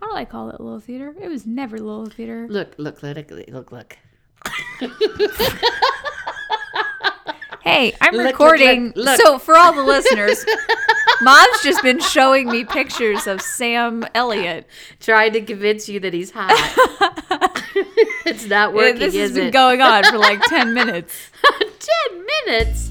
Well, I call it Little Theater. It was never Little Theater. Look, look, look, look, look. Hey, I'm Look, look, recording. look, look. So, for all the listeners, Mom's just been showing me pictures of Sam Elliott. Trying to convince you that he's hot. it's not working, this has is been it? going on for like 10 minutes. Ten minutes.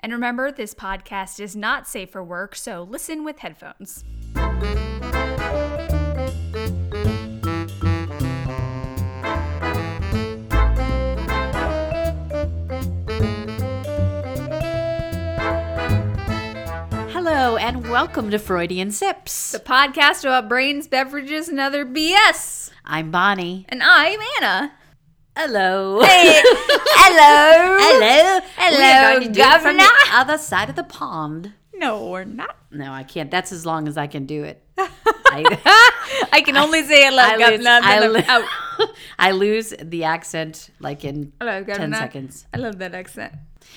And remember, this podcast is not safe for work, so listen with headphones. Hello, and welcome to Freudian Sips. The podcast about brains, beverages, and other BS. I'm Bonnie. And I'm Anna. Hello. Hello. Hello. Hello, We're going to do it from the governor. other side of the pond. No, we're not. No, I can't. That's as long as I can do it. I, I can only say hello, I lose, governor. I, Hello. lo- Oh, I lose the accent like in hello, 10 governor. seconds. I love that accent.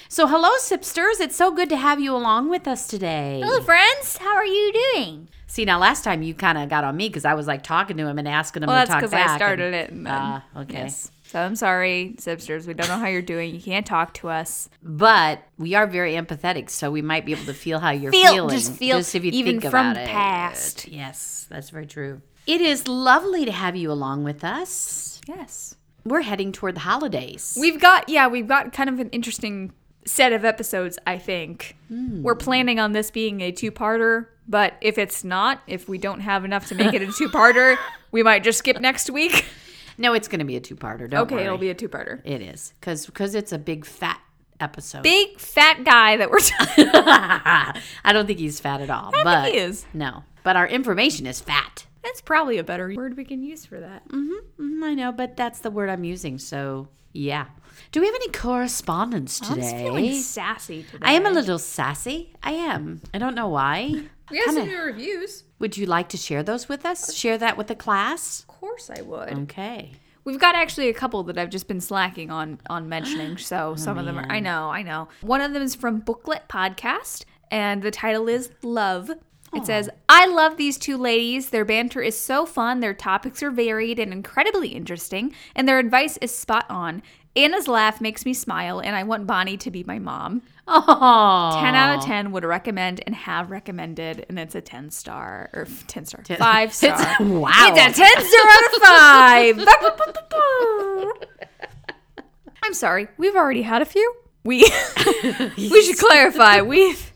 So, hello, Sipsters. It's so good to have you along with us today. Hello, friends. How are you doing? See, now last time you kind of got on me because I was like talking to him and asking him Well, to that's talk because back. I started and- it. And then, Ah, okay. Yes. So I'm sorry, Zipsters. We don't know how you're doing. You can't talk to us. But we are very empathetic, so we might be able to feel how you're Feel- feeling. just feel if you even think from about the it. past. Yes, that's very true. It is lovely to have you along with us. Yes. We're heading toward the holidays. We've got, yeah, we've got kind of an interesting set of episodes, I think. We're planning on this being a two parter, but if it's not, if we don't have enough to make it a two parter, we might just skip next week. no, it's going to be a two-parter. Don't Okay, worry. it'll be a two parter. It is because it's a big fat episode. Big fat guy that we're talking I don't think he's fat at all. but he is. No, but our information is fat. That's probably a better word we can use for that. Mm, I know, but that's the word I'm using. So yeah. Do we have any correspondence today? I'm Oh, feeling sassy today. I am a little sassy. I am. I don't know why. We have some kinda- new reviews. Would you like to share those with us? Share that with the class? Of course I would. Okay. We've got actually a couple that I've just been slacking on on mentioning. So some of them are I know, I know. One of them is from Booklet Podcast and the title is Love. It says, I love these two ladies. Their banter is so fun. Their topics are varied and incredibly interesting, and their advice is spot on. Anna's laugh makes me smile, and I want Bonnie to be my mom. Oh. 10 out of 10 would recommend and have recommended, and it's a 10 star or 10 star, 5 star. wow. It's a 10 0 out of 5. Ba- ba- ba- ba- ba. I'm sorry. We've already had a few. We we should clarify. We've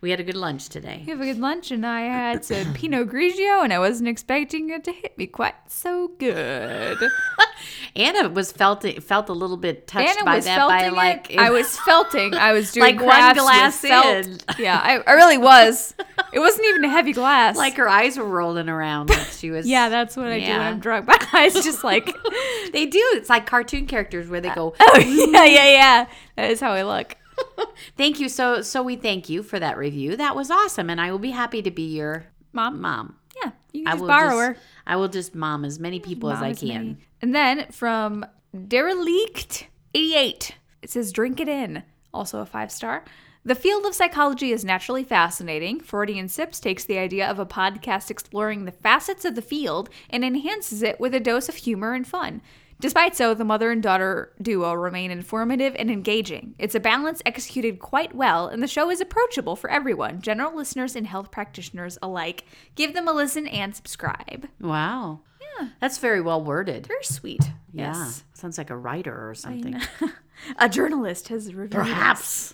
we had a good lunch today. we have a good lunch and I had some Pinot Grigio and I wasn't expecting it to hit me quite so good. Anna was felt felt a little bit touched Anna by was that by felting like it. I was felting. I was doing Like one crafts with glass felt. in. Yeah, I, I really was. It wasn't even a heavy glass. like her eyes were rolling around like she was yeah, that's what I do when Yeah. I'm drunk. My eyes just like They do. It's like cartoon characters where they go, oh yeah yeah yeah. That is how I look. "Thank you so so we thank you for that review. That was awesome and I will be happy to be your Mom, mom." Yeah, you I can just will borrow just, her. I will just mom as many people as I Mama's can. made. And then from Derelict 88, it says Drink It In, also a five star. The field of psychology is naturally fascinating. Freudian Sips takes the idea of a podcast exploring the facets of the field and enhances it with a dose of humor and fun. Despite so, the mother and daughter duo remain informative and engaging. It's a balance executed quite well, and the show is approachable for everyone, general listeners and health practitioners alike. Give them a listen and subscribe. Wow. Yeah. That's very well worded. Very sweet. Yes. Yeah. Sounds like a writer or something. A journalist has reviewed. Perhaps.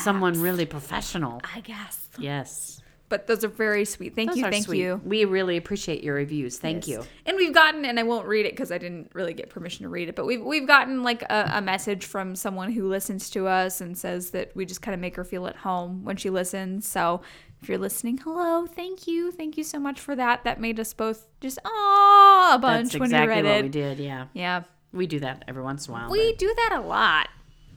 Someone really professional. I guess. Yes. But those are very sweet. Thank Those you. are Thank sweet. you. We really appreciate your reviews. Thank you. And we've gotten, and I won't read it because I didn't really get permission to read it, but we've we've gotten like a, a message from someone who listens to us and says that we just kind of make her feel at home when she listens. So If you're listening, hello, thank you, thank you so much for that. That made us both just ah a bunch That's exactly when we read what it. we did. Yeah, Yeah, we do that every once in a while. we do that a lot.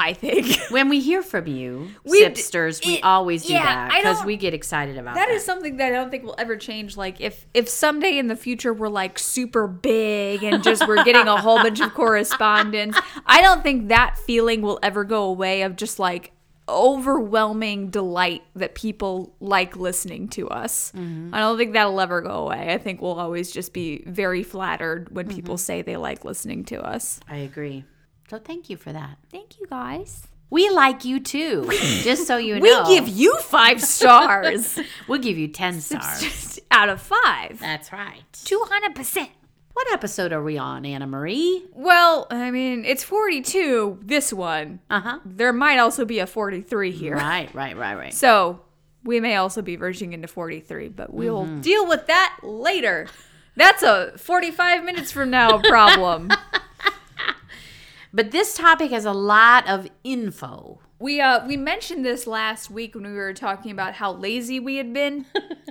I think when we hear from you, We d- sipsters, we it- always do yeah, that I because don't- we get excited about that is something that I don't think will ever change. Like if if someday in the future we're like super big and just we're getting a whole bunch of correspondence, I don't think that feeling will ever go away of just like overwhelming delight that people like listening to us. I don't think that'll ever go away. I think we'll always just be very flattered when people say they like listening to us. I agree. So thank you for that. Thank you guys. We like you too. just so you We know, give you 5 stars we'll give you ten stars. out of 5. That's right. 200%. What episode are we on, Anna Marie? Well, I mean, it's 42, this one. Uh huh. There might also be a 43 here. Right, right, right, right. So we may also be verging into 43, but we'll Mm-hmm. deal with that later. That's a 45 minutes from now problem. But this topic has a lot of info. we uh we mentioned this last week when we were talking about how lazy we had been,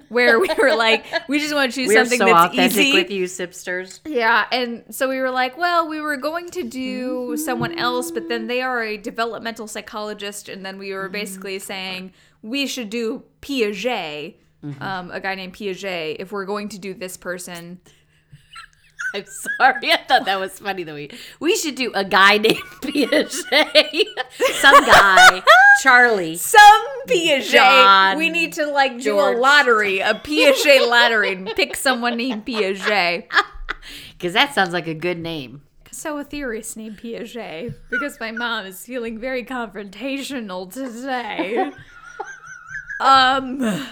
where we were like, we just want to choose We're something so that's authentic easy. with you, sipsters. Yeah, and so we were like, well, we were going to do someone else, but then they are a developmental psychologist, and then we were basically saying we should do Piaget, um, a guy named Piaget, if we're going to do this person. I'm sorry. I thought that was funny. That we we should do a guy named Piaget, some guy, Charlie. Some Piaget, John we need to like George. do a lottery, a Piaget lottery, and pick someone named Piaget. Because that sounds like a good name. So a theorist named Piaget, because my mom is feeling very confrontational today. um.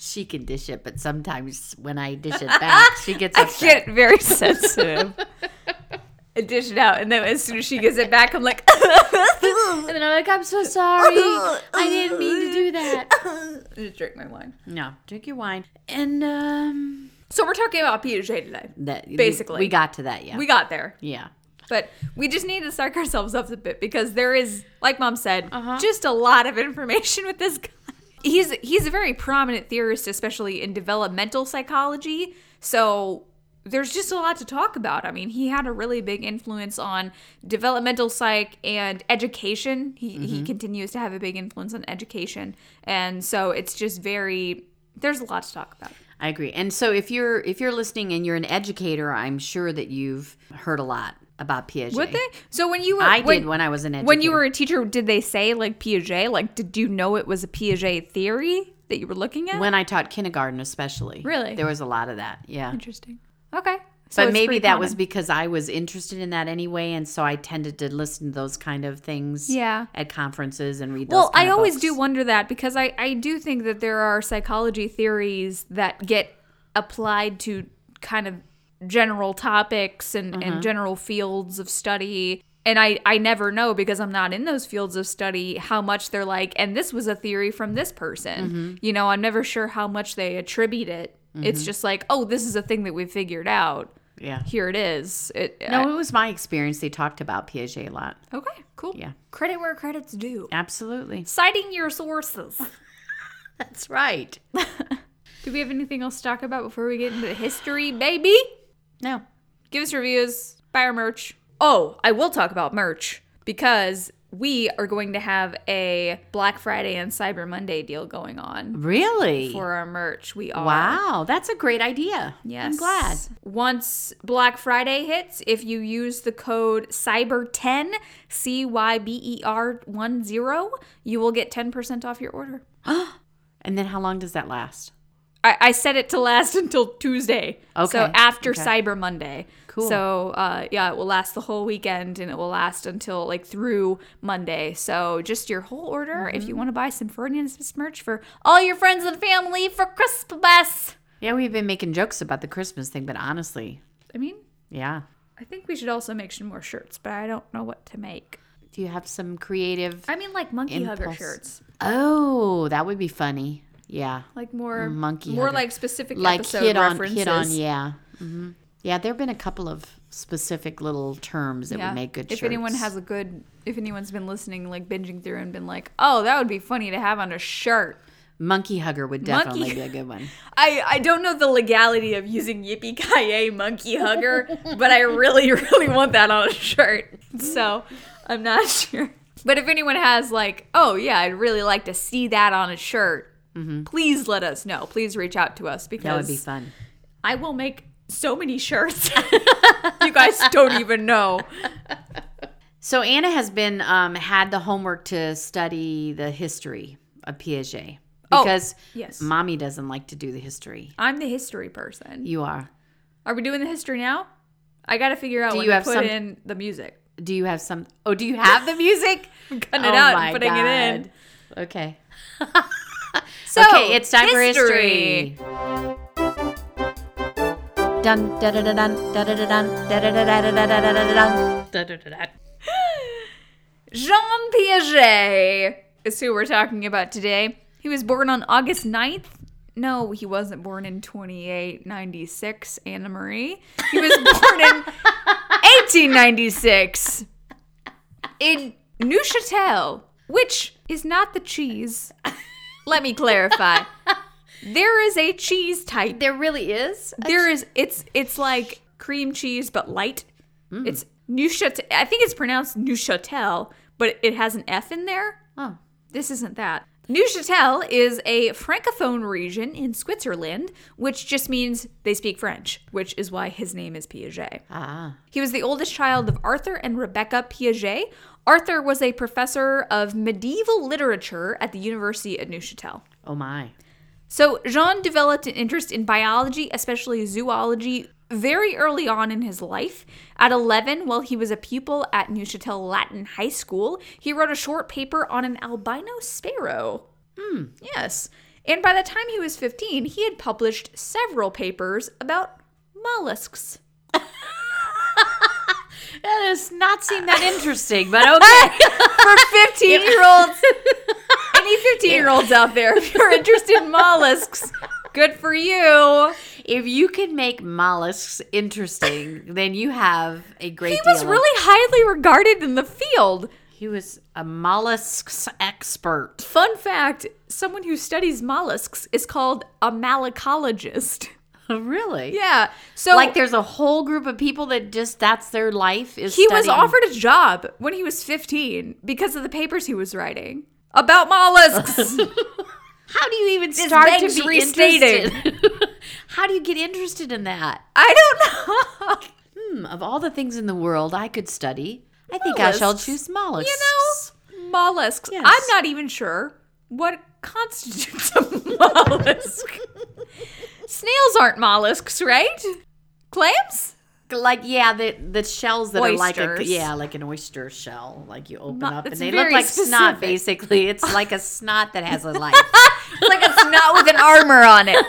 She can dish it, but sometimes when I dish it back, she gets I upset. get very sensitive. I dish it out, and then as soon as she gets it back, I'm like, And then I'm like, I'm so sorry. I didn't mean to do that. just drink my wine. No, drink your wine. And um, So we're talking about Piaget today. that Basically. we got to that. Yeah, We got there, yeah. but we just need to psych ourselves up a bit because there is, like Mom said, Uh-huh. just a lot of information with this guy. He's he's a very prominent theorist, especially in developmental psychology. So there's just a lot to talk about. I mean, he had a really big influence on developmental psych and education. He Mm-hmm. he continues to have a big influence on education. And so it's just very there's a lot to talk about. I agree. And so if you're if you're listening and you're an educator, I'm sure that you've heard a lot about Piaget. Would they? So when you were I when, did when I was an educator. when you were a teacher, did they say like Piaget? Like did you know it was a Piaget theory that you were looking at? when I taught kindergarten, especially. Really? there was a lot of that. Yeah. Interesting. Okay. So But it's maybe pretty that was common. because I was interested in that anyway, and so I tended to listen to those kind of things. Yeah. At conferences and read. Well, those kind I of always books. do wonder that because I, I do think that there are psychology theories that get applied to kind of general topics and, Mm-hmm. and general fields of study. And I, I never know because I'm not in those fields of study how much they're like, and this was a theory from this person. Mm-hmm. You know, I'm never sure how much they attribute it. It's just like, oh, this is a thing that we figured out. Yeah. Here it is. It, No, it was my experience. They talked about Piaget a lot. I- okay, cool. Yeah. Credit where credit's due. Absolutely. Citing your sources. That's right. Do we have anything else to talk about before we get into the history, baby? No. Give us reviews, buy our merch. Oh, I will talk about merch because we are going to have a Black Friday and Cyber Monday deal going on Really? for our merch. We are. wow, that's a great idea. Yes. I'm glad. Once Black Friday hits, if you use the code CYBER10, C Y B E R 1 0, you will get 10% off your order. And then how long does that last? I, I set it to last until Tuesday. Okay, So after okay. Cyber Monday. Cool. So uh, yeah, it will last the whole weekend and it will last until like through Monday. So just your whole order if you want to buy some Ferdinand's merch for all your friends and family for Christmas. Yeah, we've been making jokes about the Christmas thing, but honestly, I mean, yeah. I think we should also make some more shirts, but I don't know what to make. Do you have some creative? I mean, like monkey hugger Impulse. shirts, Oh, that would be funny. Yeah. like more Monkey more hugger. like specific Hmm. Like episode hit on, references. hit on, yeah. hmm Yeah, there have been a couple of specific little terms that Yeah. would make good If shirts. anyone has a good, if anyone's been listening, like binging through and been like, oh, that would be funny to have on a shirt. Monkey hugger would definitely be a good one. I, I don't know the legality of using Yippee Kaye Monkey Hugger, but I really, really want that on a shirt. So I'm not sure. But if anyone has, like, oh, yeah, I'd really like to see that on a shirt, please let us know. Please reach out to us because That would be fun. I will make so many shirts. you guys don't even know. So Anna has been um, had the homework to study the history of Piaget Oh, because yes. mommy doesn't like to do the history. I'm the history person. You are. Are we doing the history now? I got to figure out Do when you to have put some- in the music. Oh Do you have some? Oh, do you have the music? I'm cutting it out and putting it in. it in. Okay. So, okay, it's time for history. Dun da da da dun da da da dun da da da da da da da da da dun da da da da. Jean Piaget is who we're talking about today. He was born on August 9th. No, he wasn't born in 2896, Anna Marie. He was born in 1896 in Neuchâtel, which is not the cheese. Let me clarify. There is a cheese type. There really is. There is it's it's like cream cheese but light. It's Neuchâtel. I think it's pronounced Neuchâtel, but it has an F in there. Oh, This isn't that. Neuchâtel is a francophone region in Switzerland, which just means they speak French, which is why his name is Piaget. ah, He was the oldest child of Arthur and Rebecca Piaget. Arthur was a professor of medieval literature at the University of Neuchâtel. oh my. So Jean developed an interest in biology, especially zoology, very early on in his life. At 11, while he was a pupil at Neuchâtel Latin High School, he wrote a short paper on an albino sparrow. Hmm. Yes. And by the time he was 15, he had published several papers about mollusks. That does not seem that interesting, but okay. For 15 year olds, any 15 year olds out there, if you're interested in mollusks, good for you. if you can make mollusks interesting, then you have a great. He was deal of- really highly regarded in the field. He was a mollusks expert. Fun fact someone who studies mollusks is called a malacologist. Oh, really? Yeah. So, like there's a whole group of people that just that's their life is he was studying- offered a job when he was 15 because of the papers he was writing about mollusks. how do you even start to begs be restating. interested how do you get interested in that I don't know. hmm, of all the things in the world i could study i think i shall Mollusks. choose mollusks You know, mollusks. Yes. I'm not even sure what constitutes a mollusk. Snails aren't mollusks, right? Clams? like yeah the the shells that are like a, Oysters. yeah like an oyster shell like you open Mo- up and it's they look very like snot specific. basically it's like a snot that has a life It's like a snot with an armor on it.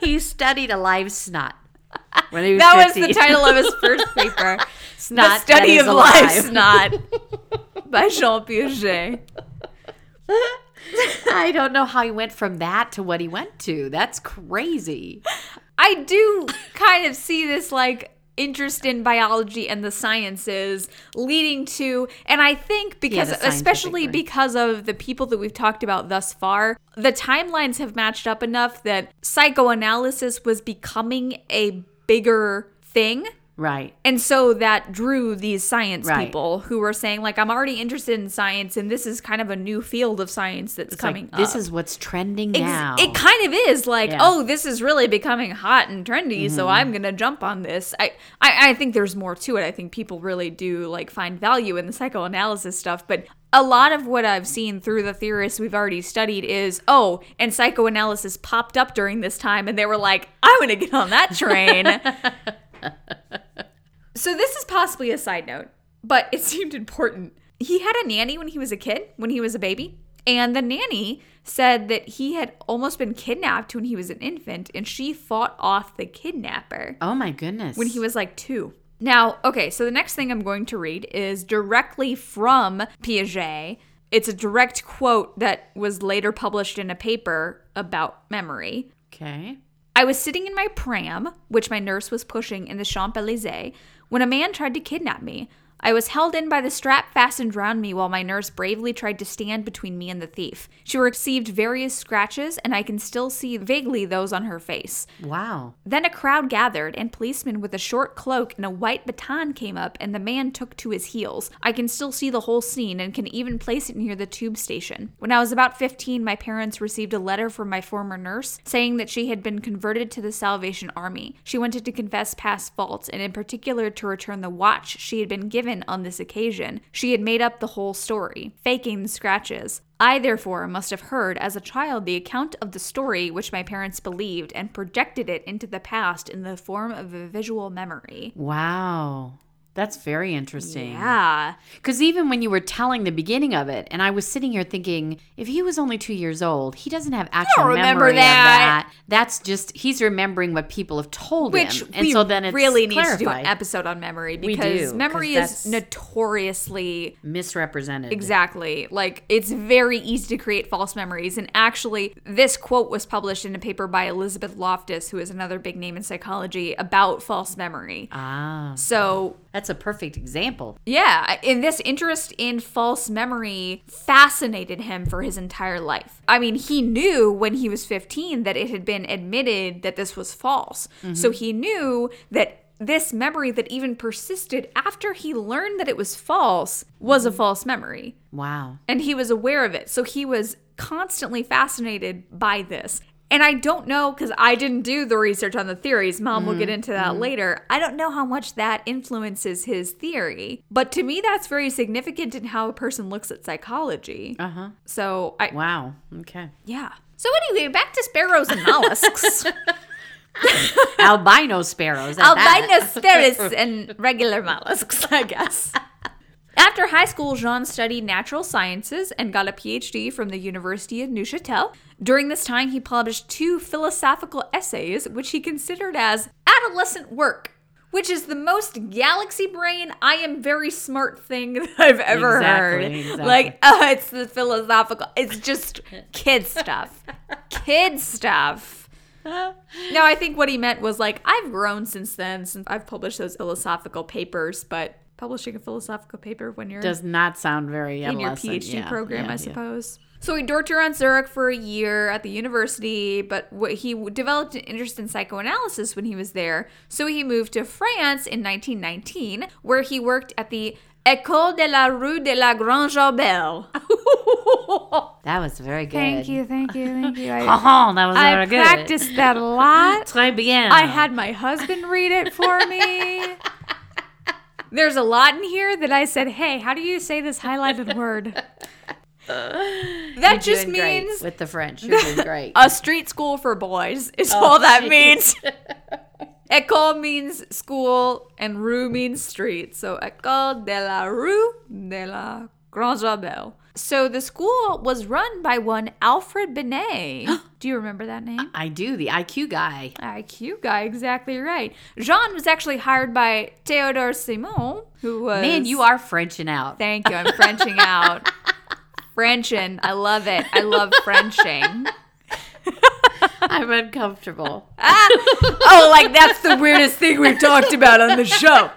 he studied a live snot when he was That was the 15. title of his first paper. snot the study that is of life alive. snot by Jean Piaget. I don't know how he went from that to what he went to. That's crazy. I do kind of see this like interest in biology and the sciences leading to and I think because the scientific especially way. because of the people that we've talked about thus far the timelines have matched up enough that psychoanalysis was becoming a bigger thing Right. And so that drew these science Right. people who were saying, like, I'm already interested in science, and this is kind of a new field of science that's coming up. This is what's trending Ex- now. It kind of is like, Yeah. oh, this is really becoming hot and trendy, so I'm gonna jump on this. I, I I think there's more to it. I think people really do like find value in the psychoanalysis stuff, but a lot of what I've seen through the theorists we've already studied is, oh, and psychoanalysis popped up during this time, and they were like, I'm gonna get on that train. so this is possibly a side note, but it seemed important. He had a nanny when he was a kid, when he was a baby, and the nanny said that he had almost been kidnapped when he was an infant, and she fought off the kidnapper oh my goodness. when he was like two. Now, okay, so the next thing I'm going to read is directly from Piaget. It's a direct quote that was later published in a paper about memory. okay. I was sitting in my pram, which my nurse was pushing in the Champs Elysees, when a man tried to kidnap me. I was held in by the strap fastened round me while my nurse bravely tried to stand between me and the thief. She received various scratches, and I can still see vaguely those on her face. Wow. Then a crowd gathered, and policemen with a short cloak and a white baton came up, and the man took to his heels. I can still see the whole scene and can even place it near the tube station. When I was about 15, my parents received a letter from my former nurse saying that she had been converted to the Salvation Army. She wanted to confess past faults, and in particular to return the watch she had been given on this occasion. She had made up the whole story, faking the scratches. I, therefore, must have heard as a child the account of the story which my parents believed and projected it into the past in the form of a visual memory. Wow. That's very interesting. Yeah. Because even when you were telling the beginning of it, and I was sitting here thinking, if he was only two years old, he doesn't have actual remember memory that. of that. That's just he's remembering what people have told Which him, and we so then it's really need to do clarified. an episode on memory We do, because 'cause memory that's- is notoriously misrepresented. Exactly. Like, it's very easy to create false memories. And actually, this quote was published in a paper by Elizabeth Loftus, who is another big name in psychology, about false memory. Ah, So, that's a perfect example. yeah, and this interest in false memory fascinated him for his entire life. I mean, he knew when he was 15 that it had been admitted that this was false. So he knew that this memory that even persisted after he learned that it was false was a false memory. Wow. And he was aware of it. So he was constantly fascinated by this. And I don't know because I didn't do the research on the theories. Mom will get into that later. I don't know how much that influences his theory, but to me, that's very significant in how a person looks at psychology. Uh huh. So, I, Wow. Okay. yeah. Uh-huh. So, anyway, back to sparrows and mollusks. Albino sparrows. at that. albino sparrows and regular mollusks, I guess. After high school, Jean studied natural sciences and got a PhD from the University of Neuchâtel. During this time, he published two philosophical essays, which he considered as adolescent work, which is the most galaxy brain, I am very smart thing that I've ever heard. Exactly, exactly. Like, oh, it's the philosophical, it's just kid stuff. kid stuff. No, I think what he meant was like, I've grown since then, since I've published those philosophical papers, but publishing a philosophical paper when you're Does not sound very in your adolescent. PhD Yeah, program, yeah, I yeah. suppose. So he dorked around Zurich for a year at the university, but what he w- developed an interest in psychoanalysis when he was there. So he moved to France in 1919, where he worked at the École de la Rue de la Grande Jobelle. That was very good. thank you, thank you, thank you. I, Oh, that was I very good. practiced that a lot. Très bien. I had my husband read it for me. There's a lot in here that I said, hey, how do you say this highlighted word? That just Doing great means with the French. You're doing great. a street school for boys, is Oh, all that means. École means school and rue means street. So École de la Rue de la Grande Jabelle. So the school was run by one Alfred Binet. do you remember that name? I do the IQ guy. IQ guy, exactly right. Jean was actually hired by Theodore Simon, who was. Man, you are Frenching out. Thank you. I'm Frenching out. Frenching. I love it. I love Frenching. I'm uncomfortable. Oh, like that's the weirdest thing we've talked about on the show.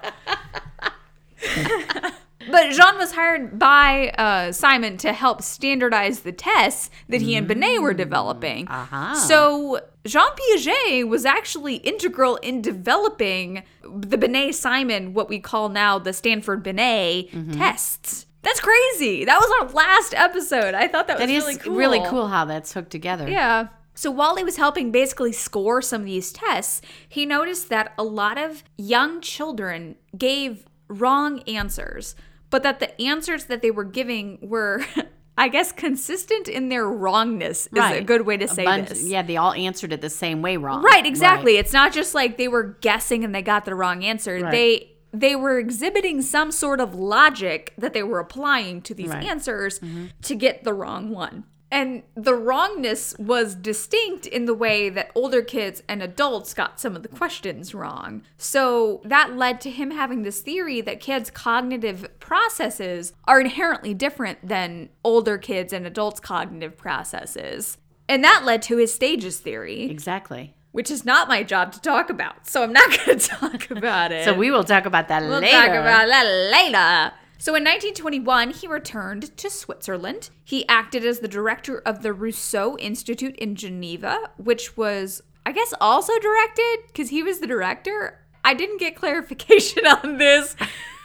but Jean was hired by uh, Simon to help standardize the tests that he and Binet were developing. uh-huh. So Jean Piaget was actually integral in developing the Binet Simon, what we call now the Stanford Binet tests. That's crazy. That was our last episode. I thought that, That was is really cool. really cool how that's hooked together. Yeah. So while he was helping basically score some of these tests, he noticed that a lot of young children gave wrong answers, but that the answers that they were giving were, I guess, consistent in their wrongness is a Right. good way to say Bunch- this. Yeah, they all answered it the same way wrong. Right, exactly. It's not just like they were guessing and they got the wrong answer. Right. They they were exhibiting some sort of logic that they were applying to these Right. answers to get the wrong one. And the wrongness was distinct in the way that older kids and adults got some of the questions wrong. So that led to him having this theory that kids' cognitive processes are inherently different than older kids and adults' cognitive processes. And that led to his stages theory. Exactly. which is not my job to talk about. So I'm not going to talk about it. So we will talk about that We'll later. talk about that later. So in 1921, he returned to Switzerland. He acted as the director of the Rousseau Institute in Geneva, which was, I guess, also directed because he was the director. I didn't get clarification on this.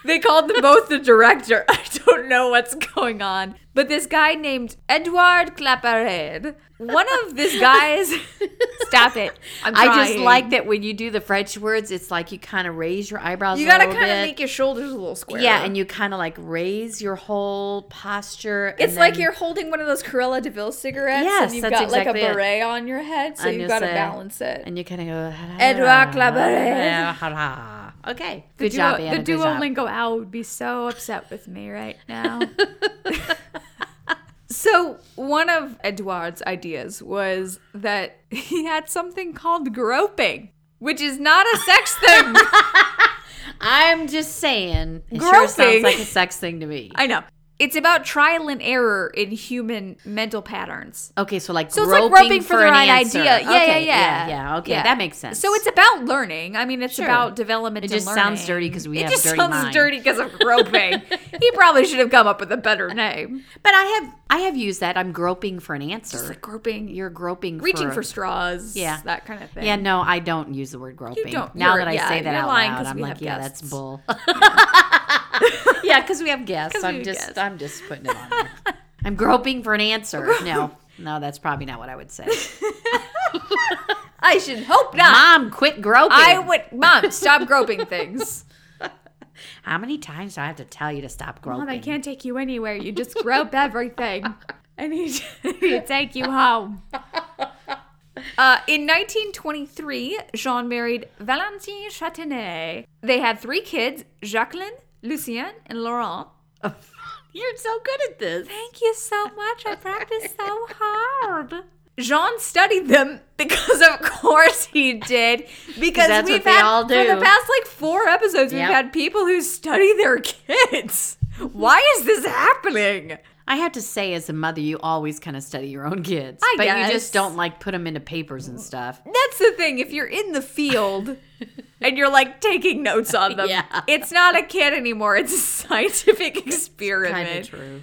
They called them both the director. I don't know what's going on. But this guy named Edouard Claparede, one of this guy's. Stop it. I'm I just trying. like that when you do the French words, it's like you kind of raise your eyebrows. You got gotta to kind of make your shoulders a little square. yeah, and you kind of like raise your whole posture. and It's like then- you're holding one of those Corella Deville cigarettes Yes, and you've that's got exactly like it. a beret on your head, so And you've you got to say- balance it. and you kind of go. Edouard Claparede. Ah, Okay, The good duo- job, Anna. The good job. Duolingo owl would be so upset with me right now. so one of Edouard's ideas was that he had something called groping, which is not a sex thing. I'm just saying. It sure sounds Groping. like a sex thing to me. I know. It's about trial and error in human mental patterns. Okay, so like So it's groping like groping for, for the an right answer. idea. Yeah, Okay, yeah, yeah, yeah, yeah. Okay, that makes sense. So it's about learning. I mean, it's Sure. about development. It and just learning. sounds dirty 'cause we it have just dirty sounds minds. dirty because of groping. he probably should have come up with a better name. But I have I have used that. I'm groping for an answer. It's like groping, you're You're groping, reaching for, for straws. Yeah. that kind of thing. Yeah, no, I don't use the word groping. don't- now you're- that I yeah, say that you're out lying loud, 'cause I'm we like, have yeah, guests. that's bull. yeah, because we have guests. 'Cause we I'm have just, guests. I'm just putting it on. There. I'm groping for an answer. No, no, that's probably not what I would say. I should hope not. Mom, quit groping. I would, mom, stop groping things. How many times do I have to tell you to stop groping? Mom, I can't take you anywhere. You just grope everything. I need to take you home. Uh, in 1923, Jean married Valentine Châtenay. They had three kids Jacqueline, Lucien, and Laurent. You're so good at this. Thank you so much. I practiced so hard. Jean studied them because, of course, he did. Because That's what we've they had all for do. the past like four episodes, Yep. we've had people who study their kids. Why is this happening? I have to say, as a mother, you always kind of study your own kids, I but you just guess. don't like put them into papers and stuff. That's the thing. If you're in the field and you're like taking notes on them, Yeah. it's not a kid anymore. It's a scientific experiment. Kind of true.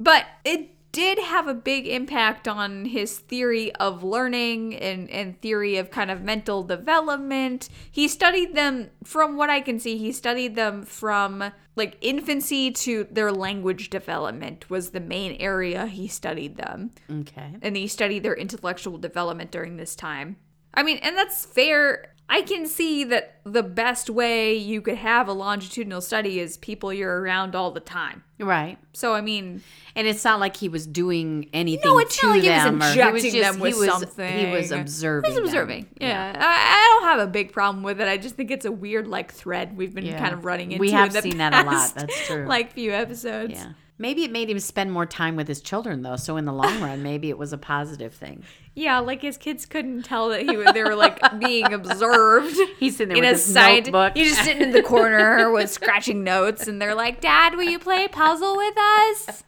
But it did have a big impact on his theory of learning and, and theory of kind of mental development. He studied them, from what I can see, he studied them from like infancy to their language development, was the main area he studied them Okay. and they study their intellectual development during this time. I mean, and that's fair. I can see that the best way you could have a longitudinal study is people you're around all the time. Right. So I mean, And it's not like he was doing anything. no, it's to not like he was them, or injecting just- them with he was, something. He was observing. He was observing. them. Yeah, I, I don't have a big problem with it. I just think it's a weird like thread we've been Yeah. kind of running into. We have in the seen that a lot, past, that's true. Like few episodes. Yeah. Maybe it made him spend more time with his children, though. So in the long run, maybe it was a positive thing. Yeah, like his kids couldn't tell that he was, they were like being observed. He's sitting there in a with his side. notebook. You're just sitting in the corner with scratching notes, and they're like, "Dad, will you play puzzle with us?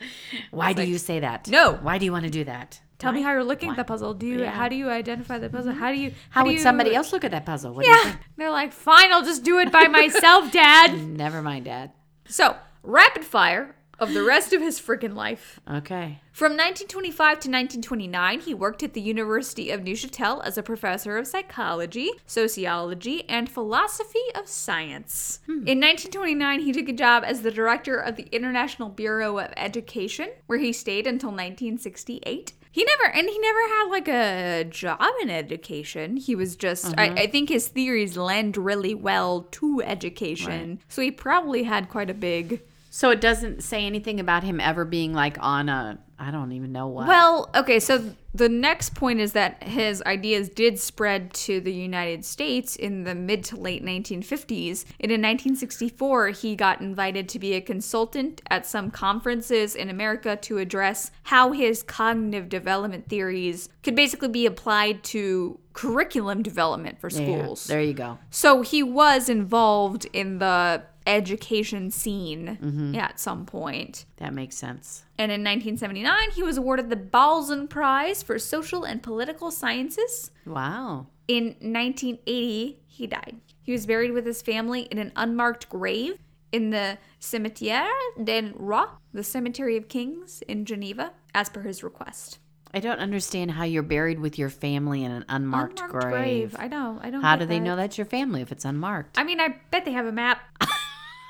Why do you say that? No. Why do you want to do that? Tell me how you're looking at the puzzle. Do you? How do you identify the puzzle? How do you? Mm-hmm. How do would you, somebody else look at that puzzle? What do you Yeah, they're like, "Fine, I'll just do it by myself, Dad." think? Never mind, Dad. So rapid fire of the rest of his freaking life. Okay. From 1925 to 1929, he worked at the University of Neuchâtel as a professor of psychology, sociology, and philosophy of science. In 1929, he took a job as the director of the International Bureau of Education, where he stayed until 1968. He never and he never had like a job in education. He was just I, I think his theories lend really well to education. So he probably had quite a big So it doesn't say anything about him ever being like on a I don't even know what. Well, okay, so th- the next point is that his ideas did spread to the United States in the mid to late 1950s. And in 1964, he got invited to be a consultant at some conferences in America to address how his cognitive development theories could basically be applied to curriculum development for Yeah, schools. There you go. So he was involved in the education scene Mm-hmm. at some point. That makes sense. And in 1979, he was awarded the Balzan Prize for Social and Political Sciences. Wow. In 1980, he died. He was buried with his family in an unmarked grave in the Cimetière d'En Roi, the Cemetery of Kings in Geneva, as per his request. I don't understand how you're buried with your family in an unmarked, Unmarked grave. I know. I don't. How get do they that. know that's your family if it's unmarked? I mean, I bet they have a map.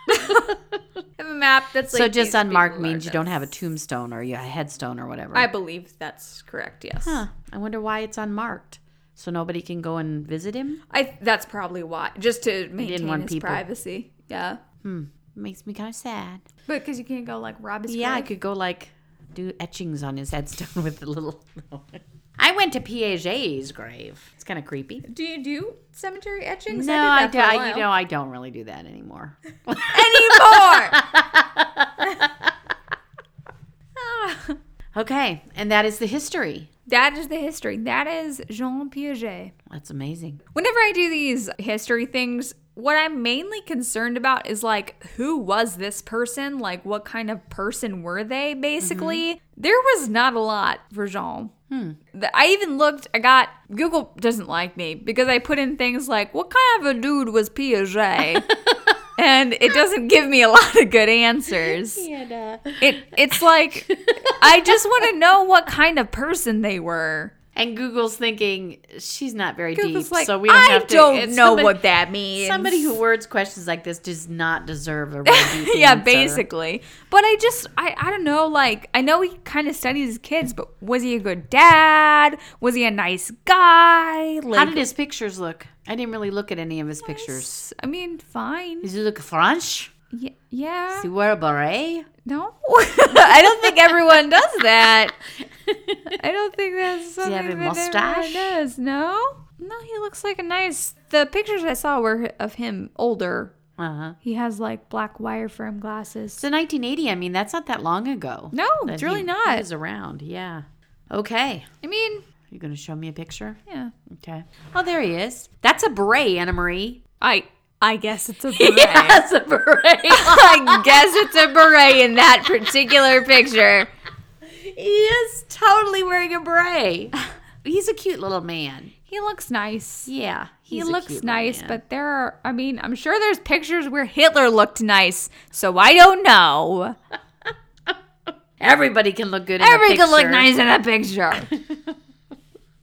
have a map that's like so just these people unmarked are means you don't just- have a tombstone or you a headstone or whatever. I believe that's correct. Yes. Huh. I wonder why it's unmarked. So nobody can go and visit him? I. That's probably why, just to maintain want his people. privacy. Yeah. Makes me kind of sad. But because you can't go like rob his Yeah, I grave. could go like do etchings on his headstone with the little. I went to Piaget's grave. It's kind of creepy. Do you do cemetery etchings? No, I, I, did do, that for a I you while. know I don't really do that anymore. anymore. Okay, and that is the history. that is the history. That is Jean Piaget. That's amazing. Whenever I do these history things, what I'm mainly concerned about is like, who was this person? Like, what kind of person were they, basically? Mm-hmm. There was not a lot for Jean. Hmm. The- I even looked, I got, Google doesn't like me because I put in things like, what kind of a dude was Piaget? and it doesn't give me a lot of good answers. And uh, It, it's like, I just want to know what kind of person they were. and Google's thinking she's not very Google's deep, like, so we don't I have to. don't it's know somebody- what that means. Somebody who words questions like this does not deserve a real deep yeah answer. basically but i just i i don't know like i know he kind of studies his kids but was he a good dad was he a nice guy like How did his pictures look? I didn't really look at any of his pictures. s- i mean fine Does he look French? Y- yeah Does he eh? wear a beret? no i don't think everyone does that i don't think that's he something have a that mustache? everyone does no no he looks like a nice the pictures i saw were of him older Uh huh. he has like black wireframe glasses So 1980. I mean, that's not that long ago. no it's really He not was around. Yeah. Okay. i mean You gonna show me a picture? yeah Okay. Oh, there he is. That's a beret, Anna Marie. I I guess it's a beret. That's a beret. I guess it's a beret in that particular picture. he is totally wearing a beret. He's a cute little man. He looks nice. Yeah, He he's a cute looks little nice, man. but there are I mean, I'm sure there's pictures where Hitler looked nice, so I don't know. everybody can look good. In Everyone a picture. could look nice in a picture.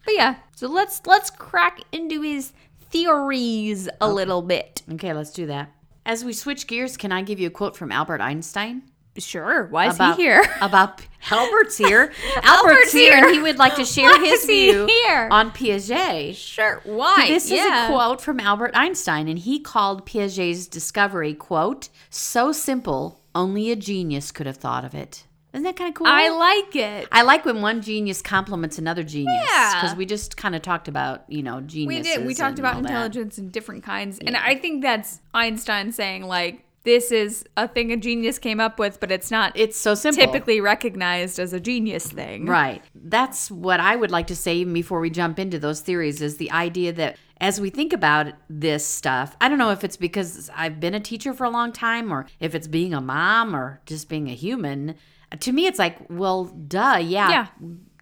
but yeah, so let's let's crack into his theories a little bit. Okay, let's do that. As we switch gears, can I give you a quote from Albert Einstein? Sure, why is about he here? about Albert's here. Albert's, Albert's here. here. and He would like to share Why his is he view here? on Piaget. sure, why? This is Yeah. a quote from Albert Einstein, and he called Piaget's discovery "quote so simple only a genius could have thought of it." Isn't that kind of cool? I like it. I like when one genius compliments another genius Yeah. because we just kind of talked about you know We geniuses. did. We talked and about all that. intelligence in different kinds. And I think that's Einstein saying, like, this is a thing a genius came up with, but it's not It's so simple. typically recognized as a genius thing. Right. That's what I would like to say even before we jump into those theories is the idea that as we think about this stuff, I don't know if it's because I've been a teacher for a long time or if it's being a mom or just being a human. To me, it's like, well, duh, yeah. Yeah.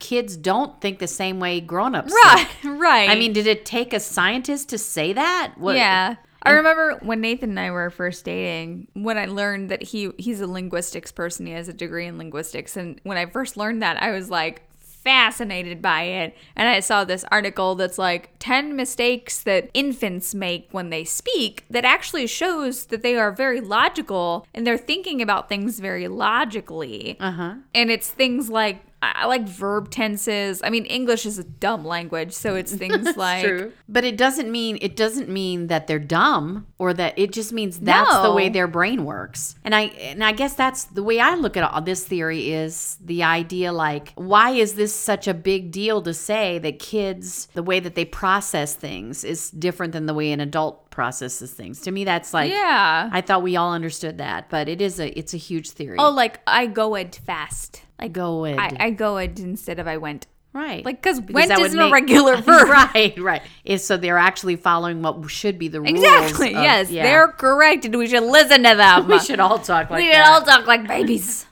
Kids don't think the same way grown ups. Right. Right. I mean, did it take a scientist to say that? What, yeah. I remember when Nathan and I were first dating, when I learned that he he's a linguistics person, he has a degree in linguistics, and when I first learned that, I was like fascinated by it. And I saw this article that's like 10 mistakes that infants make when they speak that actually shows that they are very logical and they're thinking about things very logically. Uh-huh. And it's things like I I like verb tenses. I mean, English is a dumb language, so it's things like But it doesn't mean it doesn't mean that they're dumb or that it just means that's the No. way their brain works. And I and I guess that's the way I look at all this theory is the idea like why is this such a big deal to say that kids the way that they process things is different than the way an adult processes things. To me that's like Yeah. I thought we all understood that, but it is a it's a huge theory. Oh, like I go it fast. Like go it. I, I go it instead of I went. right. Like cause Because went that would isn't a make- regular verb. right, right. Is so they're actually following what should be the rules. Exactly. of- yes, yeah. they're correct, and we should listen to them. we should all talk like We should that. all talk like babies.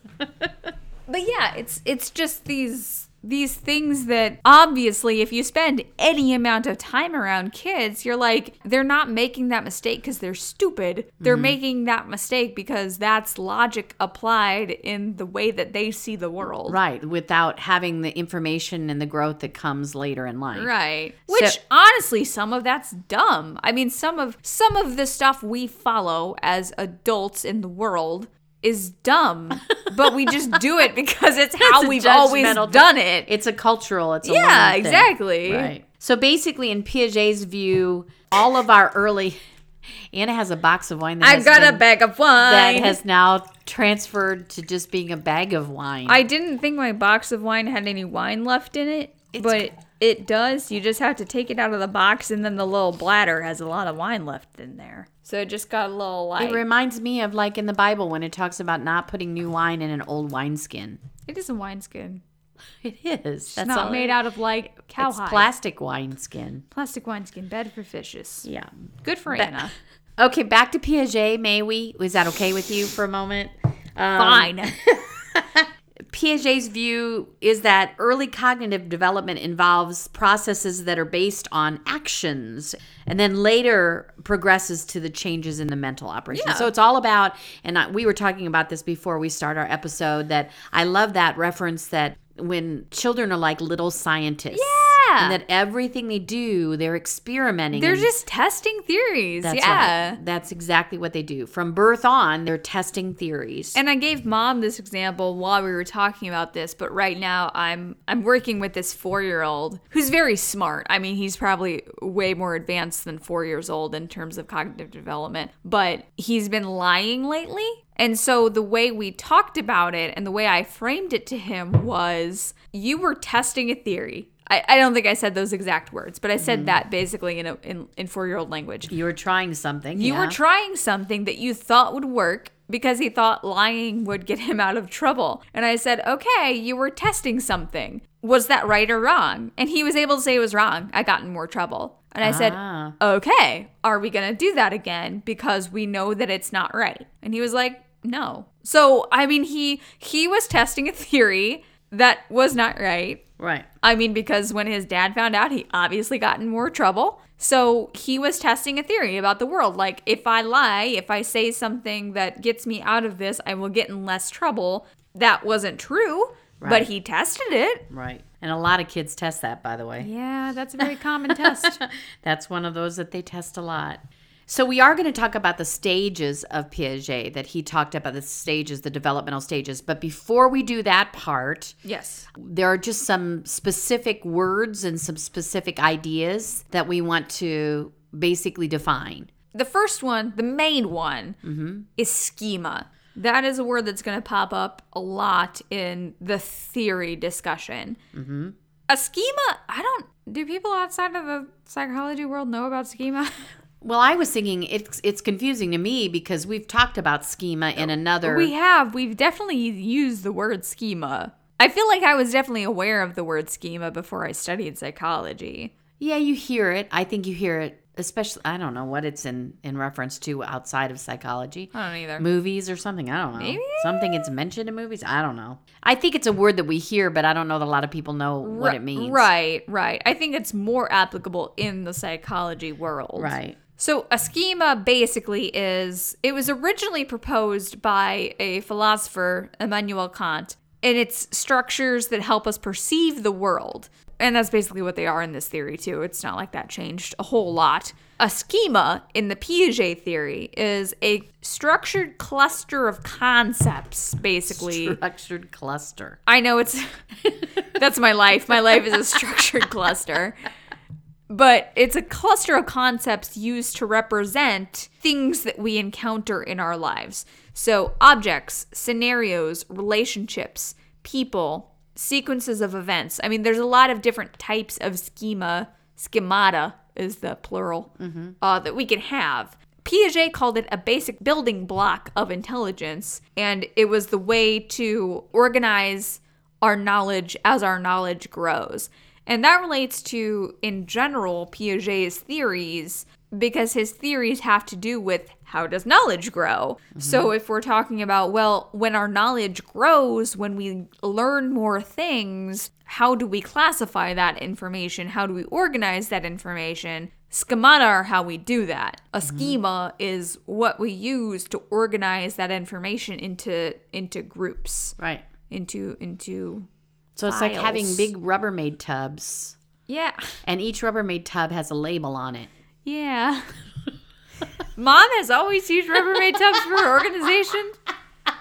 but yeah, it's it's just these these things that obviously, if you spend any amount of time around kids, you're like, they're not making that mistake because they're stupid. They're Mm-hmm. making that mistake because that's logic applied in the way that they see the world. Right, without having the information and the growth that comes later in life. Right. So- Which honestly some of that's dumb. I mean some of some of the stuff we follow as adults in the world is dumb, but we just do it because it's how a we've always judgmental- done it. It's a cultural, it's a yeah, learned thing. exactly. Right. So basically, in Piaget's view, all of our early. Anna has a box of wine that, I've has got a been- bag of that wine. has now transferred to just being a bag of wine. I didn't think my box of wine had any wine left in it, but it does. You just have to take it out of the box and then the little bladder has a lot of wine left in there. So it just got a little it like reminds me of like in the Bible when it talks about not putting new wine in an old wineskin. it is a wineskin. It is. That's It's not all made it- out of like It's cowhide. plastic wineskin. Plastic wineskin, bed for fishes. Yeah. Good for Anna. Okay, back to Piaget. May we? Is that okay with you for a moment? Um, Fine. Piaget's view is that early cognitive development involves processes that are based on actions and then later progresses to the changes in the mental operation. So it's all about, and I, we were talking about this before we start our episode, that I love that reference that when children are like little scientists. Yeah. And that everything they do, they're experimenting. They're and- just testing theories. that's yeah. right. That's exactly what they do. From birth on, they're testing theories. And I gave mom this example while we were talking about this, but right now I'm I'm working with this 4-year-old who's very smart. I mean, he's probably way more advanced than 4 years old in terms of cognitive development, but he's been lying lately. And so the way we talked about it and the way I framed it to him was you were testing a theory. I, I don't think I said those exact words, but I said that basically in a, in, in four year old language. you were trying something. You were yeah. trying something that you thought would work because he thought lying would get him out of trouble. And I said, okay, you were testing something. Was that right or wrong? And he was able to say it was wrong. I got in more trouble. And I Ah. said, okay, are we going to do that again because we know that it's not right? And he was like, no. So, I mean, he he was testing a theory that was not right. Right. I mean, because when his dad found out, he obviously got in more trouble. So he was testing a theory about the world. Like, if I lie, if I say something that gets me out of this, I will get in less trouble. That wasn't true, Right. but he tested it. Right. And a lot of kids test that, by the way. Yeah, that's a very common test. That's one of those that they test a lot. So we are going to talk about the stages of Piaget that he talked about the stages, the developmental stages. But before we do that part, Yes. there are just some specific words and some specific ideas that we want to basically define. The first one, the main one, is schema. That is a word that's going to pop up a lot in the theory discussion. A schema, I don't, do people outside of the psychology world know about schema? Well, I was thinking it's it's confusing to me because we've talked about schema in another we have, we've definitely used the word schema. I feel like I was definitely aware of the word schema before I studied psychology. Yeah, you hear it. I think you hear it, especially. I don't know what it's in in reference to outside of psychology, I don't either. movies or something. I don't know. Maybe? Something it's mentioned in movies. I don't know. I think it's a word that we hear, but I don't know that a lot of people know what it means. Right, right. I think it's more applicable in the psychology world. Right. So, a schema basically is it was originally proposed by a philosopher, Immanuel Kant, and it's structures that help us perceive the world. And that's basically what they are in this theory, too. It's not like that changed a whole lot. A schema in the Piaget theory is a structured cluster of concepts, basically. Structured cluster. I know it's that's my life. My life is a structured cluster. But it's a cluster of concepts used to represent things that we encounter in our lives. So, objects, scenarios, relationships, people, sequences of events. I mean, there's a lot of different types of schema, schemata is the plural, uh, that we can have. Piaget called it a basic building block of intelligence, and it was the way to organize our knowledge as our knowledge grows. And that relates to, in general, Piaget's theories because his theories have to do with how does knowledge grow? So if we're talking about, well, when our knowledge grows, when we learn more things, how do we classify that information? How do we organize that information? Schemata are how we do that. A schema is what we use to organize that information into into groups, Right. into into So it's like having Files. big Rubbermaid tubs, yeah, and each Rubbermaid tub has a label on it. yeah. Mom has always used Rubbermaid tubs for her organization. Uh,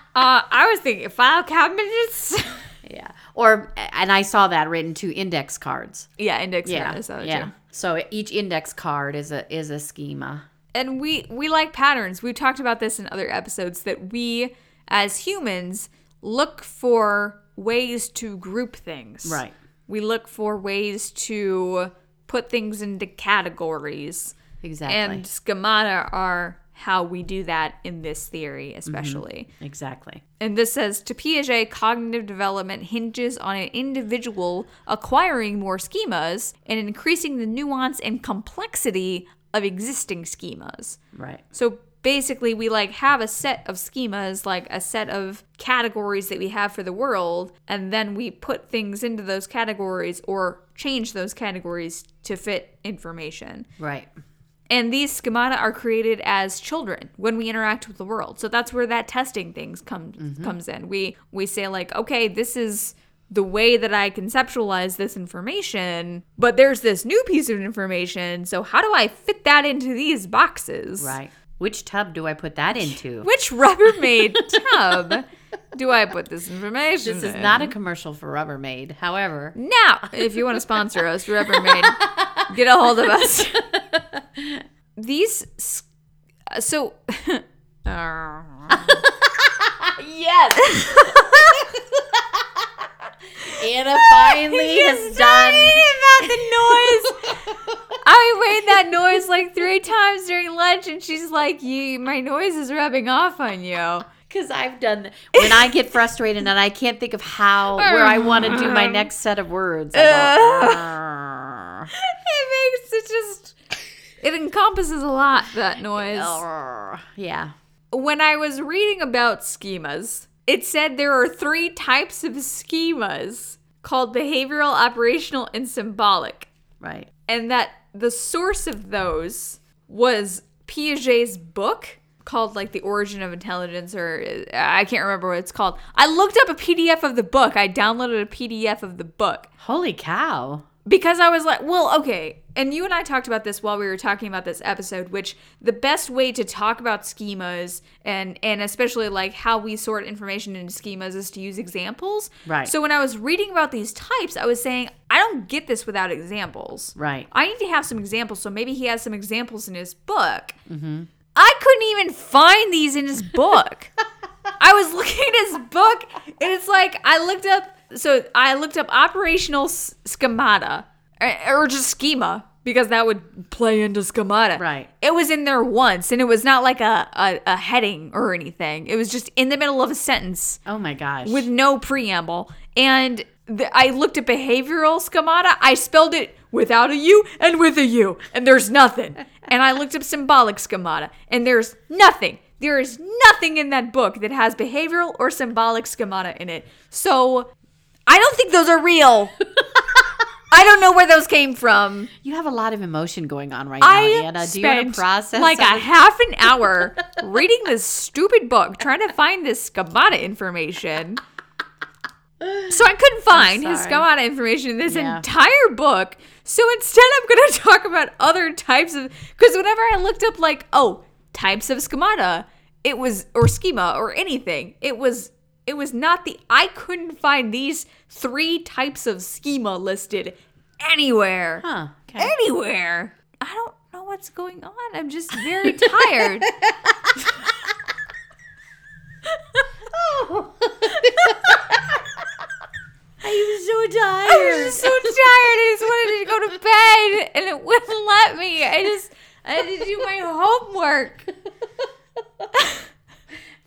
I was thinking file cabinets. Yeah. Or and I saw that written to index cards. yeah, index. Yeah. Yeah, so yeah. yeah. So each index card is a is a schema. and we we like patterns. We've talked about this in other episodes that we as humans look for ways to group things. Right. We look for ways to put things into categories. Exactly. And schemata are how we do that in this theory especially. Mm-hmm. exactly. And this says to Piaget, cognitive development hinges on an individual acquiring more schemas and increasing the nuance and complexity of existing schemas. Right. So basically, we like have a set of schemas, like a set of categories that we have for the world, and then we put things into those categories or change those categories to fit information. Right. And these schemata are created as children when we interact with the world. So that's where that testing things comes Mm-hmm. comes in. We we say like, okay, this is the way that I conceptualize this information, but there's this new piece of information. So how do I fit that into these boxes? Right. Which tub do I put that into? Which Rubbermaid tub do I put this information? this is in? not a commercial for Rubbermaid. However, Now, if you want to sponsor us, Rubbermaid, get a hold of us. These, s- uh, so, yes. Anna finally has done. about the noise. I made that noise like three times during lunch, and she's like, "You, my noise is rubbing off on you." Because I've done th- when I get frustrated and I can't think of how where I want to do my next set of words. I go, "Arr, It makes it just. It encompasses a lot that noise. arr." yeah, when I was reading about schemas, it said there are three types of schemas called behavioral, operational, and symbolic, right. and that the source of those was Piaget's book called like The Origin of Intelligence or uh, I can't remember what it's called. I looked up a PDF of the book. I downloaded a PDF of the book Holy cow! because I was like, well, okay. And you and I talked about this while we were talking about this episode, which the best way to talk about schemas and and especially like how we sort information into schemas is to use examples. Right. So when I was reading about these types, I was saying I don't get this without examples. Right. I need to have some examples. So maybe he has some examples in his book. Mm-hmm. I couldn't even find these in his book. I was looking at his book, and it's like I looked up. So I looked up operational s- schemata, or, or just schema, because that would play into schemata. Right. It was in there once, and it was not like a a, a heading or anything. It was just in the middle of a sentence Oh my gosh! with no preamble. And the, I looked at behavioral schemata. I spelled it without a U and with a U, and there's nothing. And I looked up symbolic schemata, and there's nothing. There is nothing in that book that has behavioral or symbolic schemata in it. So I don't think those are real. I don't know where those came from. you have a lot of emotion going on right I now, Anna. Do you want spent to process? like all a half an hour reading this stupid book, trying to find this schemata information. So I couldn't find his sorry. schemata information in this Yeah. entire book. So instead, I'm going to talk about other types of because whenever I looked up like oh types of schemata, it was or schema or anything, it was it was not the I couldn't find these three types of schema listed anywhere Huh. Okay. anywhere. I don't know what's going on. I'm just very tired. Oh. I'm so I was tired. just so tired. I just wanted to go to bed, and it wouldn't let me. I just I had to do my homework.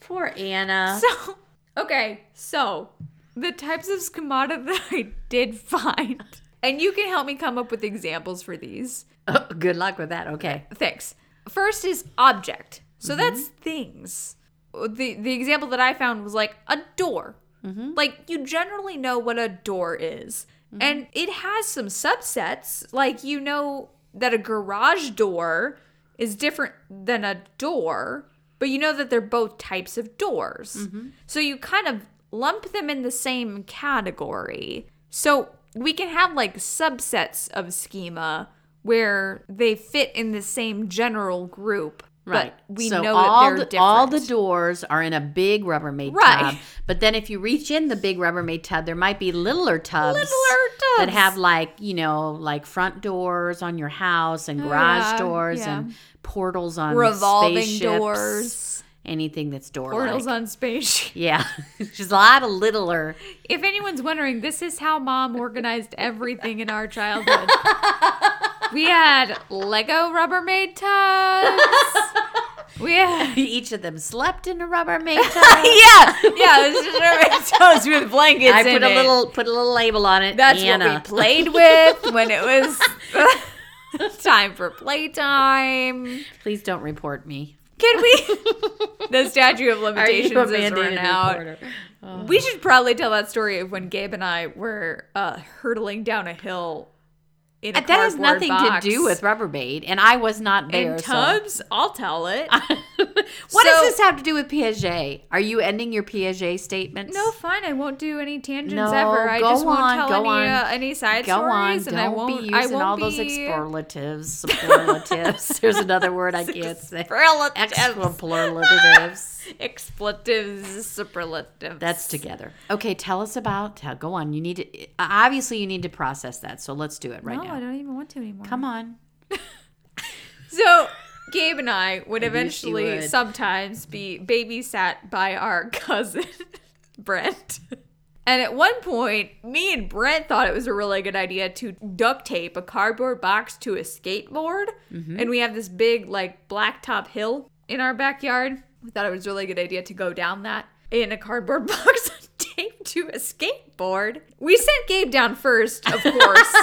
Poor Anna. So okay, so the types of schemata that I did find, and you can help me come up with examples for these. Oh, good luck with that. Okay. Thanks. First is object. So that's things. The the Mm-hmm. example that I found was like a door. Like you generally know what a door is. And it has some subsets. Like, you know that a garage door is different than a door, but you know that they're both types of doors. Mm-hmm. So you kind of lump them in the same category. So we can have like subsets of schema where they fit in the same general group. Right. But we so know all that they're the, different. all the doors are in a big Rubbermaid Right. tub. But then if you reach in the big Rubbermaid tub, there might be littler tubs, Littler that tubs. have like you know like front doors on your house and garage yeah, doors yeah. and portals on revolving spaceships, doors, anything that's door portals on space. Yeah, there's a lot of littler. If anyone's wondering, this is how mom organized everything in our childhood. we had Lego Rubbermaid tubs. We had Each of them slept in a Rubbermaid tub. Yeah, yeah. It was just everybody's toes with blankets. I put in a it. little put a little label on it. That's Anna. what we played with when it was time for playtime. Please don't report me. Can we? The statute of limitations is run out. We should probably tell that story of when Gabe and I were uh, hurtling down a hill. In a Uh, That has cardboard nothing box. to do with Rubbermaid, and I was not there. in so- tubs. I'll tell it. What does So- this have to do with Piaget? Are you ending your Piaget statements? No, fine. I won't do any tangents No, ever. I go just won't on, tell go any on. uh, any side Go on. stories, Don't and I won't. be using I won't all those be- exploratives, superlatives. There's another word I can't say. Exploratives. expletives, superlatives. That's together. Okay, tell us about. Tell, go on. You need to. Obviously, you need to process that. So let's do it right no. I now. don't even want to anymore. Come on. So Gabe and I would knew she eventually would. sometimes be babysat by our cousin Brent. And at one point, me and Brent thought it was a really good idea to duct tape a cardboard box to a skateboard. And we have this big, like, blacktop hill in our backyard. We thought it was a really good idea to go down that in a cardboard box taped to a skateboard. We sent Gabe down first, of course.